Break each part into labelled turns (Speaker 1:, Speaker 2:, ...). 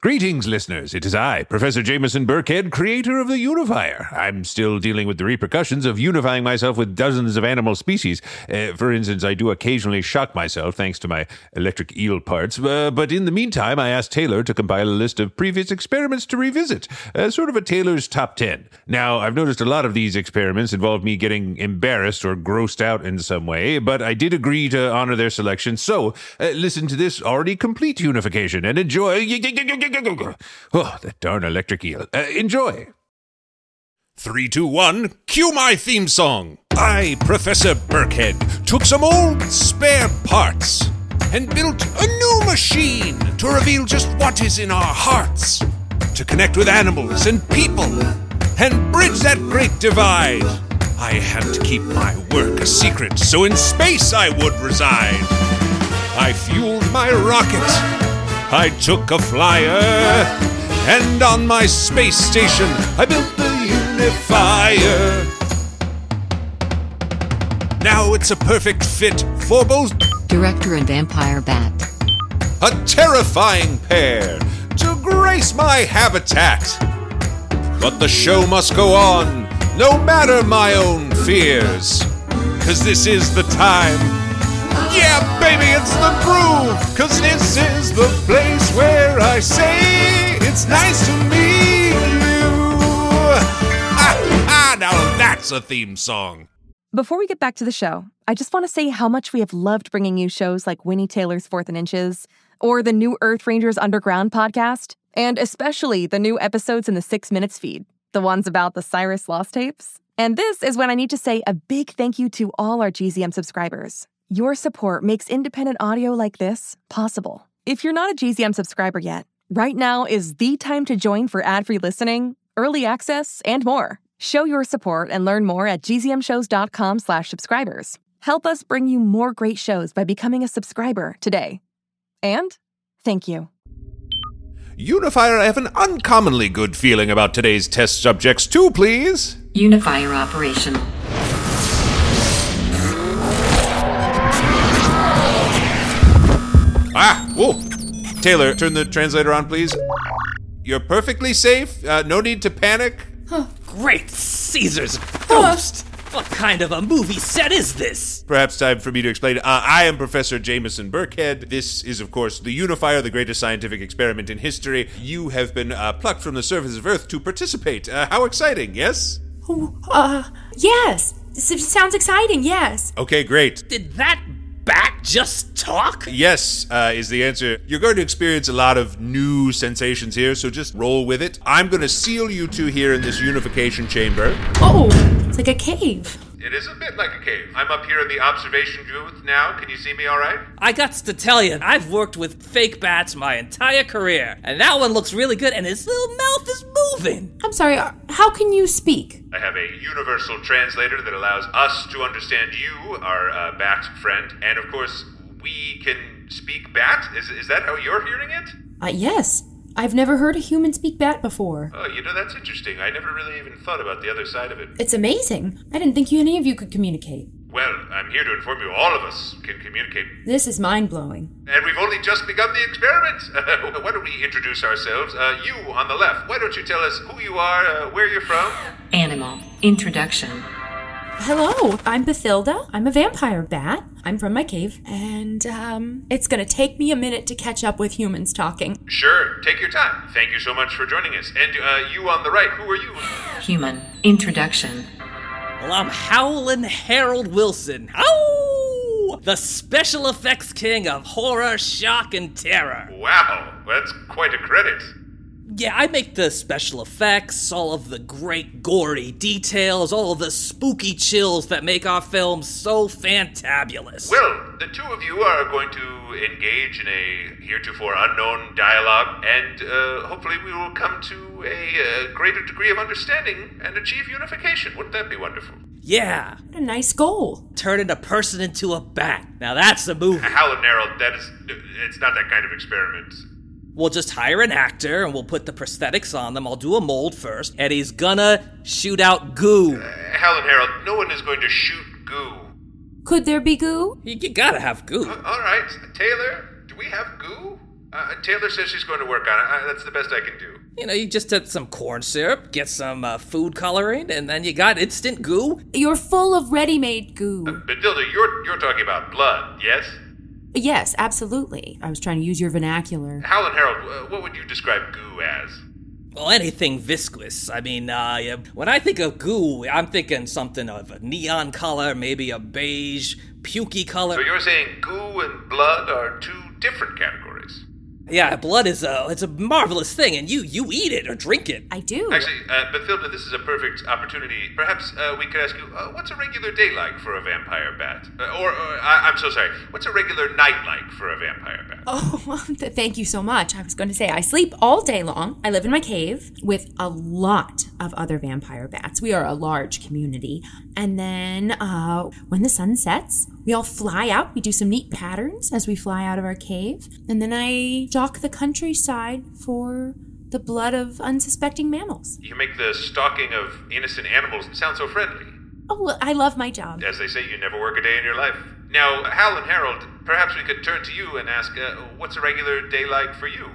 Speaker 1: Greetings, listeners. It is I, Professor Jameson Burkhead, creator of the Unifier. I'm still dealing with the repercussions of unifying myself with dozens of animal species. Uh, for instance, I do occasionally shock myself thanks to my electric eel parts, uh, but in the meantime, I asked Taylor to compile a list of previous experiments to revisit, uh, sort of a Taylor's top 10. Now, I've noticed a lot of these experiments involve me getting embarrassed or grossed out in some way, but I did agree to honor their selection, so uh, listen to this already complete unification and enjoy. Oh, that darn electric eel. Uh, enjoy. Three, two, one. Cue my theme song. I, Professor Burkhead, took some old spare parts and built a new machine to reveal just what is in our hearts, to connect with animals and people, and bridge that great divide. I had to keep my work a secret, so in space I would reside. I fueled my rocket. I took a flyer, and on my space station, I built the Unifier. Now it's a perfect fit for both
Speaker 2: Director and Vampire Bat.
Speaker 1: a terrifying pair to grace my habitat. But the show must go on, no matter my own fears. Cause this is the time. Yeah, baby, it's the groove. Cause this is the place where I say it's nice to meet you. Ah, ah, now that's a theme song.
Speaker 3: Before we get back to the show, I just want to say how much we have loved bringing you shows like Winnie Taylor's Fourth and Inches, or the new Earth Rangers Underground podcast, and especially the new episodes in the Six Minutes feed, the ones about the Cyrus Lost tapes. And this is when I need to say a big thank you to all our GZM subscribers. Your support makes independent audio like this possible. If you're not a GZM subscriber yet, right now is the time to join for ad free listening, early access, and more. Show your support and learn more at gzmshows.com slash subscribers. Help us bring you more great shows by becoming a subscriber today. And thank you.
Speaker 1: Unifier, I have an uncommonly good feeling about today's test subjects, too, please.
Speaker 2: Unifier operation.
Speaker 1: Ah, whoa. Taylor, turn the translator on, please. You're perfectly safe. Uh, no need to panic.
Speaker 4: Great Caesar's ghost! What kind of a movie set is this?
Speaker 1: Perhaps time for me to explain. Uh, I am Professor Jameson Burkhead. This is, of course, the Unifier, the greatest scientific experiment in history. You have been uh, plucked from the surface of Earth to participate. Uh, how exciting, yes?
Speaker 5: Uh, yes. This is- sounds exciting, yes.
Speaker 1: Okay, great.
Speaker 4: Did that bat just talk?
Speaker 1: Yes, uh, is the answer. You're going to experience a lot of new sensations here, so just roll with it. I'm going to seal you two here in this unification chamber.
Speaker 5: Oh, it's like a cave.
Speaker 1: It is a bit like a cave. I'm up here in the observation booth now. Can you see me all right?
Speaker 4: I got to tell you, I've worked with fake bats my entire career, and that one looks really good, and his little mouth is moving.
Speaker 5: I'm sorry, uh, how can you speak?
Speaker 1: I have a universal translator that allows us to understand you, our uh, bat friend, and of course, we can speak bat. Is, is that how you're hearing it?
Speaker 5: Uh, yes. I've never heard a human speak bat before.
Speaker 1: Oh, you know, that's interesting. I never really even thought about the other side of it.
Speaker 5: It's amazing. I didn't think you, any of you could communicate.
Speaker 1: Well, I'm here to inform you all of us can communicate.
Speaker 5: This is mind blowing.
Speaker 1: And we've only just begun the experiment. why don't we introduce ourselves? Uh, you on the left, why don't you tell us who you are, uh, where you're from?
Speaker 2: Animal. Introduction.
Speaker 5: Hello, I'm Bathilda. I'm a vampire bat. I'm from my cave. And, um, it's gonna take me a minute to catch up with humans talking.
Speaker 1: Sure, take your time. Thank you so much for joining us. And uh, you on the right, who are you?
Speaker 2: Human. Introduction.
Speaker 4: Well, I'm Howlin' Harold Wilson. Ow! The special effects king of horror, shock, and terror.
Speaker 1: Wow, that's quite a credit.
Speaker 4: Yeah, I make the special effects, all of the great gory details, all of the spooky chills that make our films so fantabulous.
Speaker 1: Well, the two of you are going to engage in a heretofore unknown dialogue, and uh, hopefully we will come to a uh, greater degree of understanding and achieve unification. Wouldn't that be wonderful?
Speaker 4: yeah,
Speaker 5: What a nice goal.
Speaker 4: turning a person into a bat. Now that's a movie.
Speaker 1: How narrow, that is, it's not that kind of experiment.
Speaker 4: We'll just hire an actor and we'll put the prosthetics on them. I'll do a mold first, and he's gonna shoot out goo.
Speaker 1: Helen Harold, no one is going to shoot goo.
Speaker 5: Could there be goo?
Speaker 1: Uh,
Speaker 4: You, you gotta have goo.
Speaker 1: All right, Taylor, do we have goo? Uh, Taylor says she's going to work on it. I, that's the best I can do.
Speaker 4: You know, you just took some corn syrup, get some uh, food coloring, and then you got instant goo.
Speaker 5: You're full of ready made goo.
Speaker 1: But Dilda, you're you're talking about blood, yes?
Speaker 5: Yes, absolutely. I was trying to use your vernacular.
Speaker 1: Hal and Harold, uh, what would you describe goo as?
Speaker 4: Well, anything viscous. I mean, uh, yeah, when I think of goo, I'm thinking something of a neon color, maybe a beige, pukey color.
Speaker 1: So you're saying goo and blood are two different categories.
Speaker 4: Yeah, blood is a it's a marvelous thing, and you you eat it or drink it.
Speaker 5: I do.
Speaker 1: Actually, uh, Bathilda, this is a perfect opportunity. Perhaps uh, we could ask you, uh, what's a regular day like for a vampire bat? Uh, or, or I- I'm so sorry, what's a regular night like for a vampire bat?
Speaker 5: Oh, well, th- thank you so much. I was going to say, I sleep all day long. I live in my cave with a lot of other vampire bats. We are a large community. And then uh, when the sun sets, we all fly out. We do some neat patterns as we fly out of our cave. And then I stalk the countryside for the blood of unsuspecting mammals.
Speaker 1: You make the stalking of innocent animals sound so friendly.
Speaker 5: Oh, well, I love my job.
Speaker 1: As they say, you never work a day in your life. Now, Hal and Harold, perhaps we could turn to you and ask, uh, what's a regular day like for you?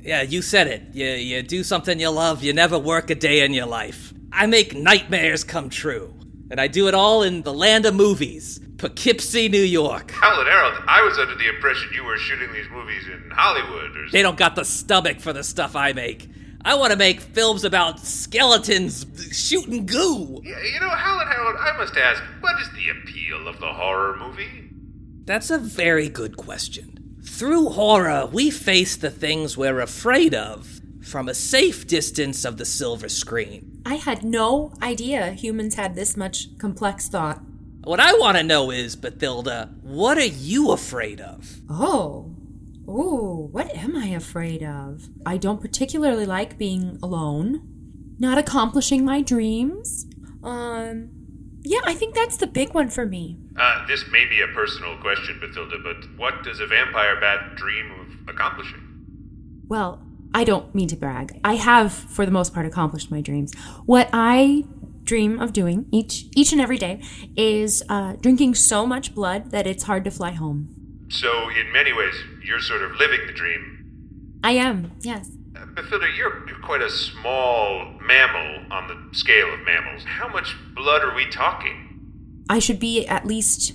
Speaker 4: Yeah, you said it. You you do something you love. You never work a day in your life. I make nightmares come true, and I do it all in the land of movies, Poughkeepsie, New York.
Speaker 1: Hal and Harold, I was under the impression you were shooting these movies in Hollywood or
Speaker 4: They don't got the stomach for the stuff I make. I want to make films about skeletons shooting goo.
Speaker 1: Yeah, You know, Hal and Harold, I must ask, what is the appeal of the horror movie?
Speaker 4: That's a very good question. Through horror, we face the things we're afraid of from a safe distance of the silver screen.
Speaker 5: I had no idea humans had this much complex thought.
Speaker 4: What I want to know is, Bathilda, what are you afraid of?
Speaker 5: Oh. Ooh, what am I afraid of? I don't particularly like being alone, not accomplishing my dreams. Um, yeah, I think that's the big one for me.
Speaker 1: Uh, this may be a personal question, Bathilda, but what does a vampire bat dream of accomplishing?
Speaker 5: Well, I don't mean to brag. I have, for the most part, accomplished my dreams. What I dream of doing each each and every day is uh, drinking so much blood that it's hard to fly home.
Speaker 1: So, in many ways, you're sort of living the dream.
Speaker 5: I am, yes.
Speaker 1: Uh, Bathilda, you're, you're quite a small mammal on the scale of mammals. How much blood are we talking?
Speaker 5: I should be at least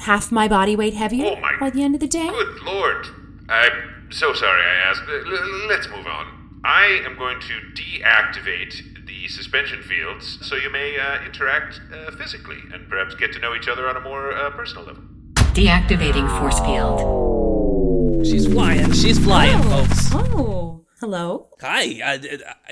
Speaker 5: half my body weight heavier
Speaker 1: Oh my-
Speaker 5: by the end of the day.
Speaker 1: Good lord. I'm so sorry I asked. L- l- let's move on. I am going to deactivate the suspension fields so you may uh, interact uh, physically and perhaps get to know each other on a more uh, personal level.
Speaker 2: Deactivating force field.
Speaker 4: She's flying, she's flying, folks.
Speaker 5: Oh, hello.
Speaker 4: Hi. Uh,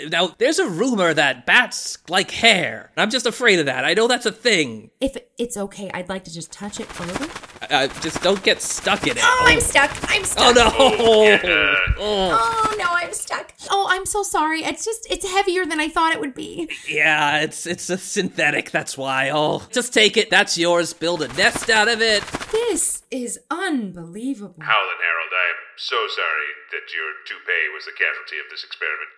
Speaker 4: uh, now, there's a rumor that bats like hair. I'm just afraid of that. I know that's a thing.
Speaker 5: If it's okay, I'd like to just touch it a little.
Speaker 4: Uh, just don't get stuck in it.
Speaker 5: Oh, I'm stuck. I'm
Speaker 4: Oh,
Speaker 5: stuck.
Speaker 4: no.
Speaker 5: Oh no, I'm stuck. Oh, I'm so sorry. It's just it's heavier than I thought it would be.
Speaker 4: Yeah, it's it's a synthetic. That's why. Oh, just take it. That's yours. Build a nest out of it.
Speaker 5: This is unbelievable.
Speaker 1: Howl and Harold, I am so sorry that your toupee was the casualty of this experiment.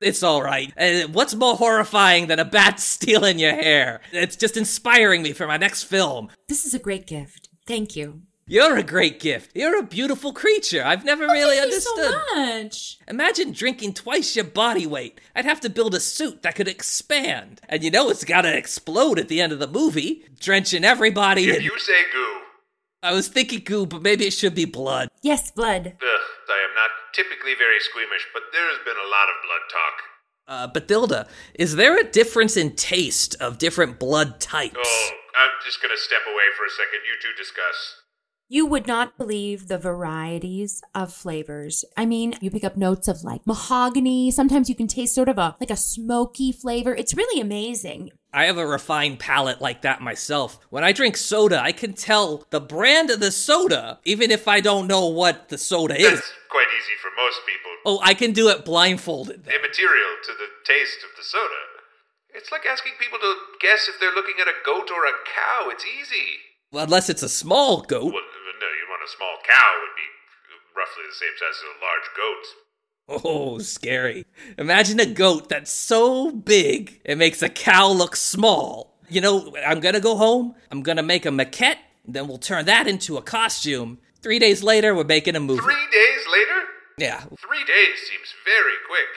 Speaker 4: It's all right. Uh, what's more horrifying than a bat stealing your hair? It's just inspiring me for my next film.
Speaker 5: This is a great gift. Thank you.
Speaker 4: You're a great gift. You're a beautiful creature. I've never really
Speaker 5: Oh, Thank
Speaker 4: understood.
Speaker 5: you so much.
Speaker 4: Imagine drinking twice your body weight. I'd have to build a suit that could expand. And you know it's gotta explode at the end of the movie, drenching everybody
Speaker 1: If
Speaker 4: in.
Speaker 1: you say goo,
Speaker 4: I was thinking goo, but maybe it should be blood.
Speaker 5: Yes, blood.
Speaker 1: ugh, I am not typically very squeamish, but there has been a lot of blood talk.
Speaker 4: Uh, Bathilda, is there a difference in taste of different blood types?
Speaker 1: Oh, I'm just gonna step away for a second. You two discuss.
Speaker 5: You would not believe the varieties of flavors. I mean, you pick up notes of like mahogany. Sometimes you can taste sort of a like a smoky flavor. It's really amazing.
Speaker 4: I have a refined palate like that myself. When I drink soda, I can tell the brand of the soda, even if I don't know what the soda is.
Speaker 1: That's quite easy for most people.
Speaker 4: Oh, I can do it blindfolded.
Speaker 1: Immaterial to the taste of the soda. It's like asking people to guess if they're looking at a goat or a cow. It's easy.
Speaker 4: Well, unless it's a small goat.
Speaker 1: Well, no, you'd want a small cow would be roughly the same size as a large goat.
Speaker 4: Oh, scary. Imagine a goat that's so big it makes a cow look small. You know, I'm gonna go home, I'm gonna make a maquette, then we'll turn that into a costume. Three days later, we're making a movie.
Speaker 1: Three days later?
Speaker 4: Yeah.
Speaker 1: Three days seems very quick.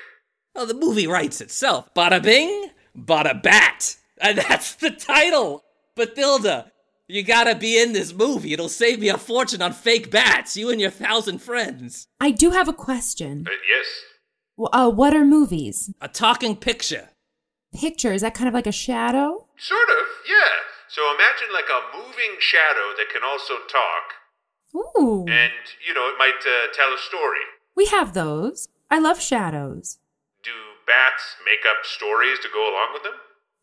Speaker 4: Oh, the movie writes itself. Bada bing, bada bat. And that's the title. Bathilda, you gotta be in this movie. It'll save me a fortune on fake bats, you and your thousand friends.
Speaker 5: I do have a question.
Speaker 1: Uh, yes.
Speaker 5: W- Uh, what are movies?
Speaker 4: A talking picture.
Speaker 5: Picture, is that kind of like a shadow?
Speaker 1: Sort of, yeah. So imagine like a moving shadow that can also talk,
Speaker 5: Ooh.
Speaker 1: and, you know, it might uh, tell a story.
Speaker 5: We have those. I love shadows.
Speaker 1: Do bats make up stories to go along with them?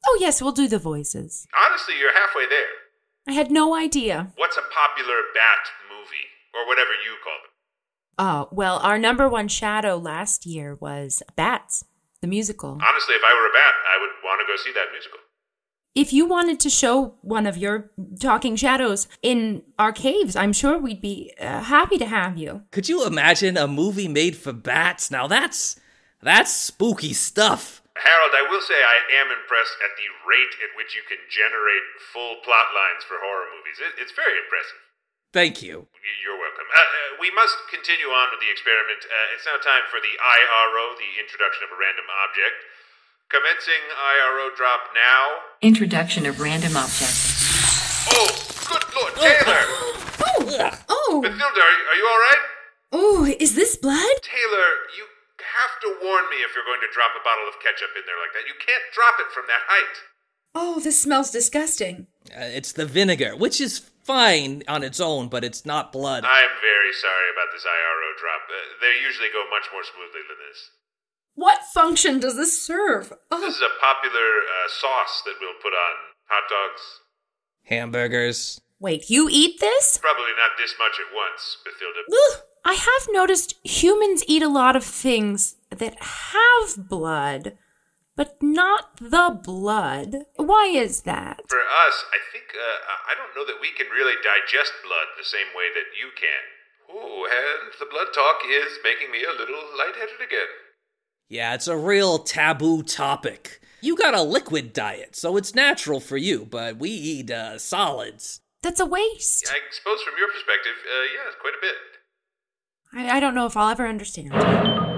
Speaker 5: Oh, yes, we'll do the voices.
Speaker 1: Honestly, you're halfway there.
Speaker 5: I had no idea.
Speaker 1: What's a popular bat movie, or whatever you call them?
Speaker 5: Oh, well, our number one shadow last year was Bats, the musical.
Speaker 1: Honestly, if I were a bat, I would want to go see that musical.
Speaker 5: If you wanted to show one of your talking shadows in our caves, I'm sure we'd be uh, happy to have you.
Speaker 4: Could you imagine a movie made for bats? Now that's that's spooky stuff.
Speaker 1: Harold, I will say I am impressed at the rate at which you can generate full plot lines for horror movies. It, it's very impressive.
Speaker 4: Thank you.
Speaker 1: Y- You're welcome. Uh, uh, we must continue on with the experiment. Uh, it's now time for the IRO, the introduction of a random object. Commencing IRO drop now.
Speaker 2: Introduction of random objects.
Speaker 1: Oh, good lord, Taylor!
Speaker 5: Oh! Oh!
Speaker 1: Mathilda, are, are you alright?
Speaker 5: Oh, is this blood?
Speaker 1: Taylor, you have to warn me if you're going to drop a bottle of ketchup in there like that. You can't drop it from that height.
Speaker 5: Oh, this smells disgusting.
Speaker 4: Uh, it's the vinegar, which is fine on its own, but it's not blood.
Speaker 1: I'm very sorry about this IRO drop. Uh, they usually go much more smoothly than this.
Speaker 5: What function does this serve? Oh.
Speaker 1: This is a popular uh, sauce that we'll put on hot dogs.
Speaker 4: Hamburgers.
Speaker 5: Wait, you eat this?
Speaker 1: Probably not this much at once, Bathilda.
Speaker 5: Ugh. I have noticed humans eat a lot of things that have blood, but not the blood. Why is that?
Speaker 1: For us, I think, uh, I don't know that we can really digest blood the same way that you can. Ooh, and the blood talk is making me a little lightheaded again.
Speaker 4: Yeah, it's a real taboo topic. You got a liquid diet, so it's natural for you, but we eat uh, solids.
Speaker 5: That's a waste.
Speaker 1: I suppose from your perspective, uh, yeah, quite a bit.
Speaker 5: I, I don't know if I'll ever understand.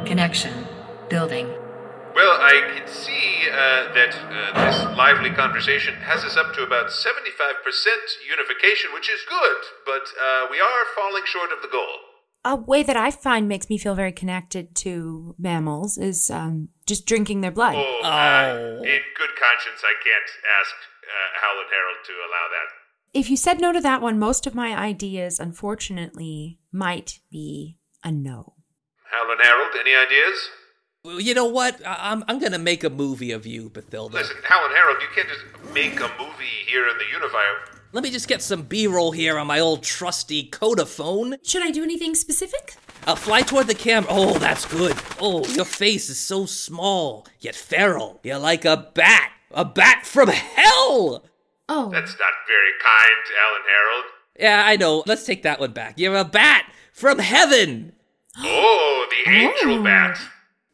Speaker 2: Connection. Building.
Speaker 1: Well, I can see uh, that uh, this lively conversation has us up to about 75% unification, which is good, but uh, we are falling short of the goal.
Speaker 5: A way that I find makes me feel very connected to mammals is um, just drinking their blood.
Speaker 1: Oh,
Speaker 4: Oh.
Speaker 1: Uh, in good conscience, I can't ask uh, Howlin' Harold to allow that.
Speaker 5: If you said no to that one, most of my ideas, unfortunately, might be a no.
Speaker 1: Howlin' Harold, any ideas?
Speaker 4: Well, You know what? I- I'm I'm gonna make a movie of you, Bathilda.
Speaker 1: Listen, Howlin' Harold, you can't just make a movie here in the Unifier.
Speaker 4: Let me just get some B-roll here on my old trusty Codaphone.
Speaker 5: Should I do anything specific?
Speaker 4: I'll fly toward the camera. Oh, that's good. Oh, your face is so small yet feral. You're like a bat, a bat from hell.
Speaker 5: Oh.
Speaker 1: That's not very kind, Alan Harold.
Speaker 4: Yeah, I know. Let's take that one back. You're a bat from heaven.
Speaker 1: Oh, the angel
Speaker 5: Oh.
Speaker 1: bat.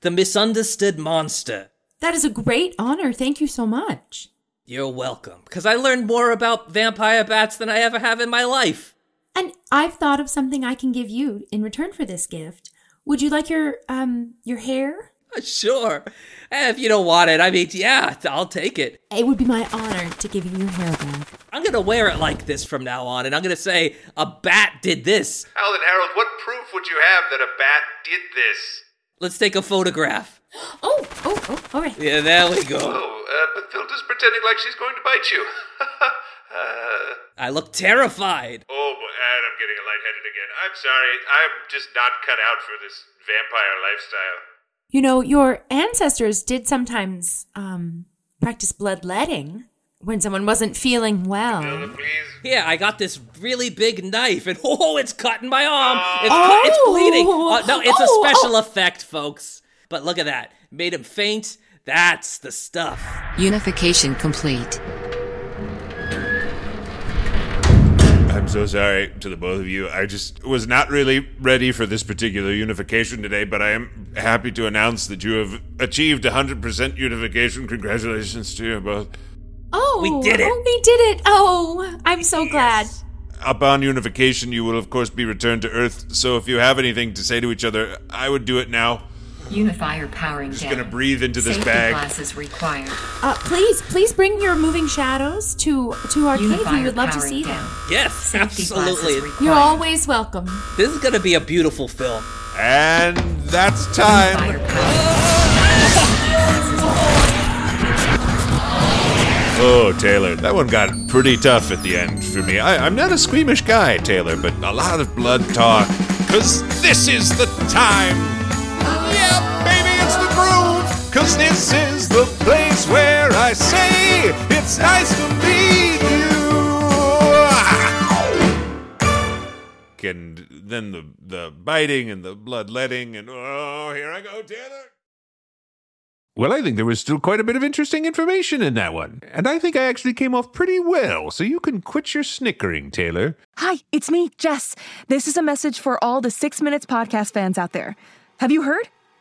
Speaker 4: The misunderstood monster.
Speaker 5: That is a great honor. Thank you so much.
Speaker 4: You're welcome, because I learned more about vampire bats than I ever have in my life.
Speaker 5: And I've thought of something I can give you in return for this gift. Would you like your um your hair?
Speaker 4: Sure. Eh, If you don't want it, I mean, yeah, I'll take it.
Speaker 5: It would be my honor to give you your hair back.
Speaker 4: I'm gonna wear it like this from now on, and I'm gonna say, a bat did this.
Speaker 1: Alan Harold, what proof would you have that a bat did this?
Speaker 4: Let's take a photograph.
Speaker 5: Oh, oh, oh, all right.
Speaker 4: Yeah, there we go.
Speaker 1: Oh, uh, but Philda's pretending like she's going to bite you. uh,
Speaker 4: I look terrified.
Speaker 1: oh, boy, and I'm getting lightheaded again. I'm sorry. I'm just not cut out for this vampire lifestyle.
Speaker 5: You know, your ancestors did sometimes um practice bloodletting when someone wasn't feeling well.
Speaker 1: Philda, please.
Speaker 4: Here, I got this really big knife, and oh, it's cutting my arm. It's,
Speaker 5: Oh.
Speaker 4: cut- it's bleeding. Oh, no, it's
Speaker 5: Oh,
Speaker 4: a special
Speaker 5: oh.
Speaker 4: effect, folks. But look at that. Made him faint. That's the stuff.
Speaker 2: Unification complete.
Speaker 1: I'm so sorry to the both of you. I just was not really ready for this particular unification today, but I am happy to announce that you have achieved 100% unification. Congratulations to you both.
Speaker 5: Oh,
Speaker 4: We did it.
Speaker 5: Oh, we did it. Oh, I'm so glad.
Speaker 1: upon unification, you will of course be returned to Earth. So if you have anything to say to each other, I would do it now.
Speaker 2: Unifier powering
Speaker 1: Just
Speaker 2: down.
Speaker 1: gonna breathe into this
Speaker 2: Safety
Speaker 1: bag.
Speaker 2: glasses required.
Speaker 5: Uh, please, please bring your moving shadows to to our cave. We
Speaker 2: Unifier
Speaker 5: would love to
Speaker 2: powering
Speaker 5: see them.
Speaker 2: down.
Speaker 4: Yes,
Speaker 2: Safety
Speaker 4: absolutely.
Speaker 2: glasses required.
Speaker 5: You're always welcome.
Speaker 4: This is gonna be a beautiful film.
Speaker 1: And that's time.
Speaker 2: Unifier powering.
Speaker 1: Oh, Taylor, that one got pretty tough at the end for me. I, I'm not a squeamish guy, Taylor, but a lot of blood talk. Cause this is the time. Oh, Yeah, baby, it's the groove. Cause this is the place where I say it's nice to meet you. And then the, the biting and the bloodletting, and oh, here I go, Taylor.
Speaker 6: Well, I think there was still quite a bit of interesting information in that one. And I think I actually came off pretty well, so you can quit your snickering, Taylor.
Speaker 3: Hi, it's me, Jess. This is a message for all the Six Minutes podcast fans out there. Have you heard?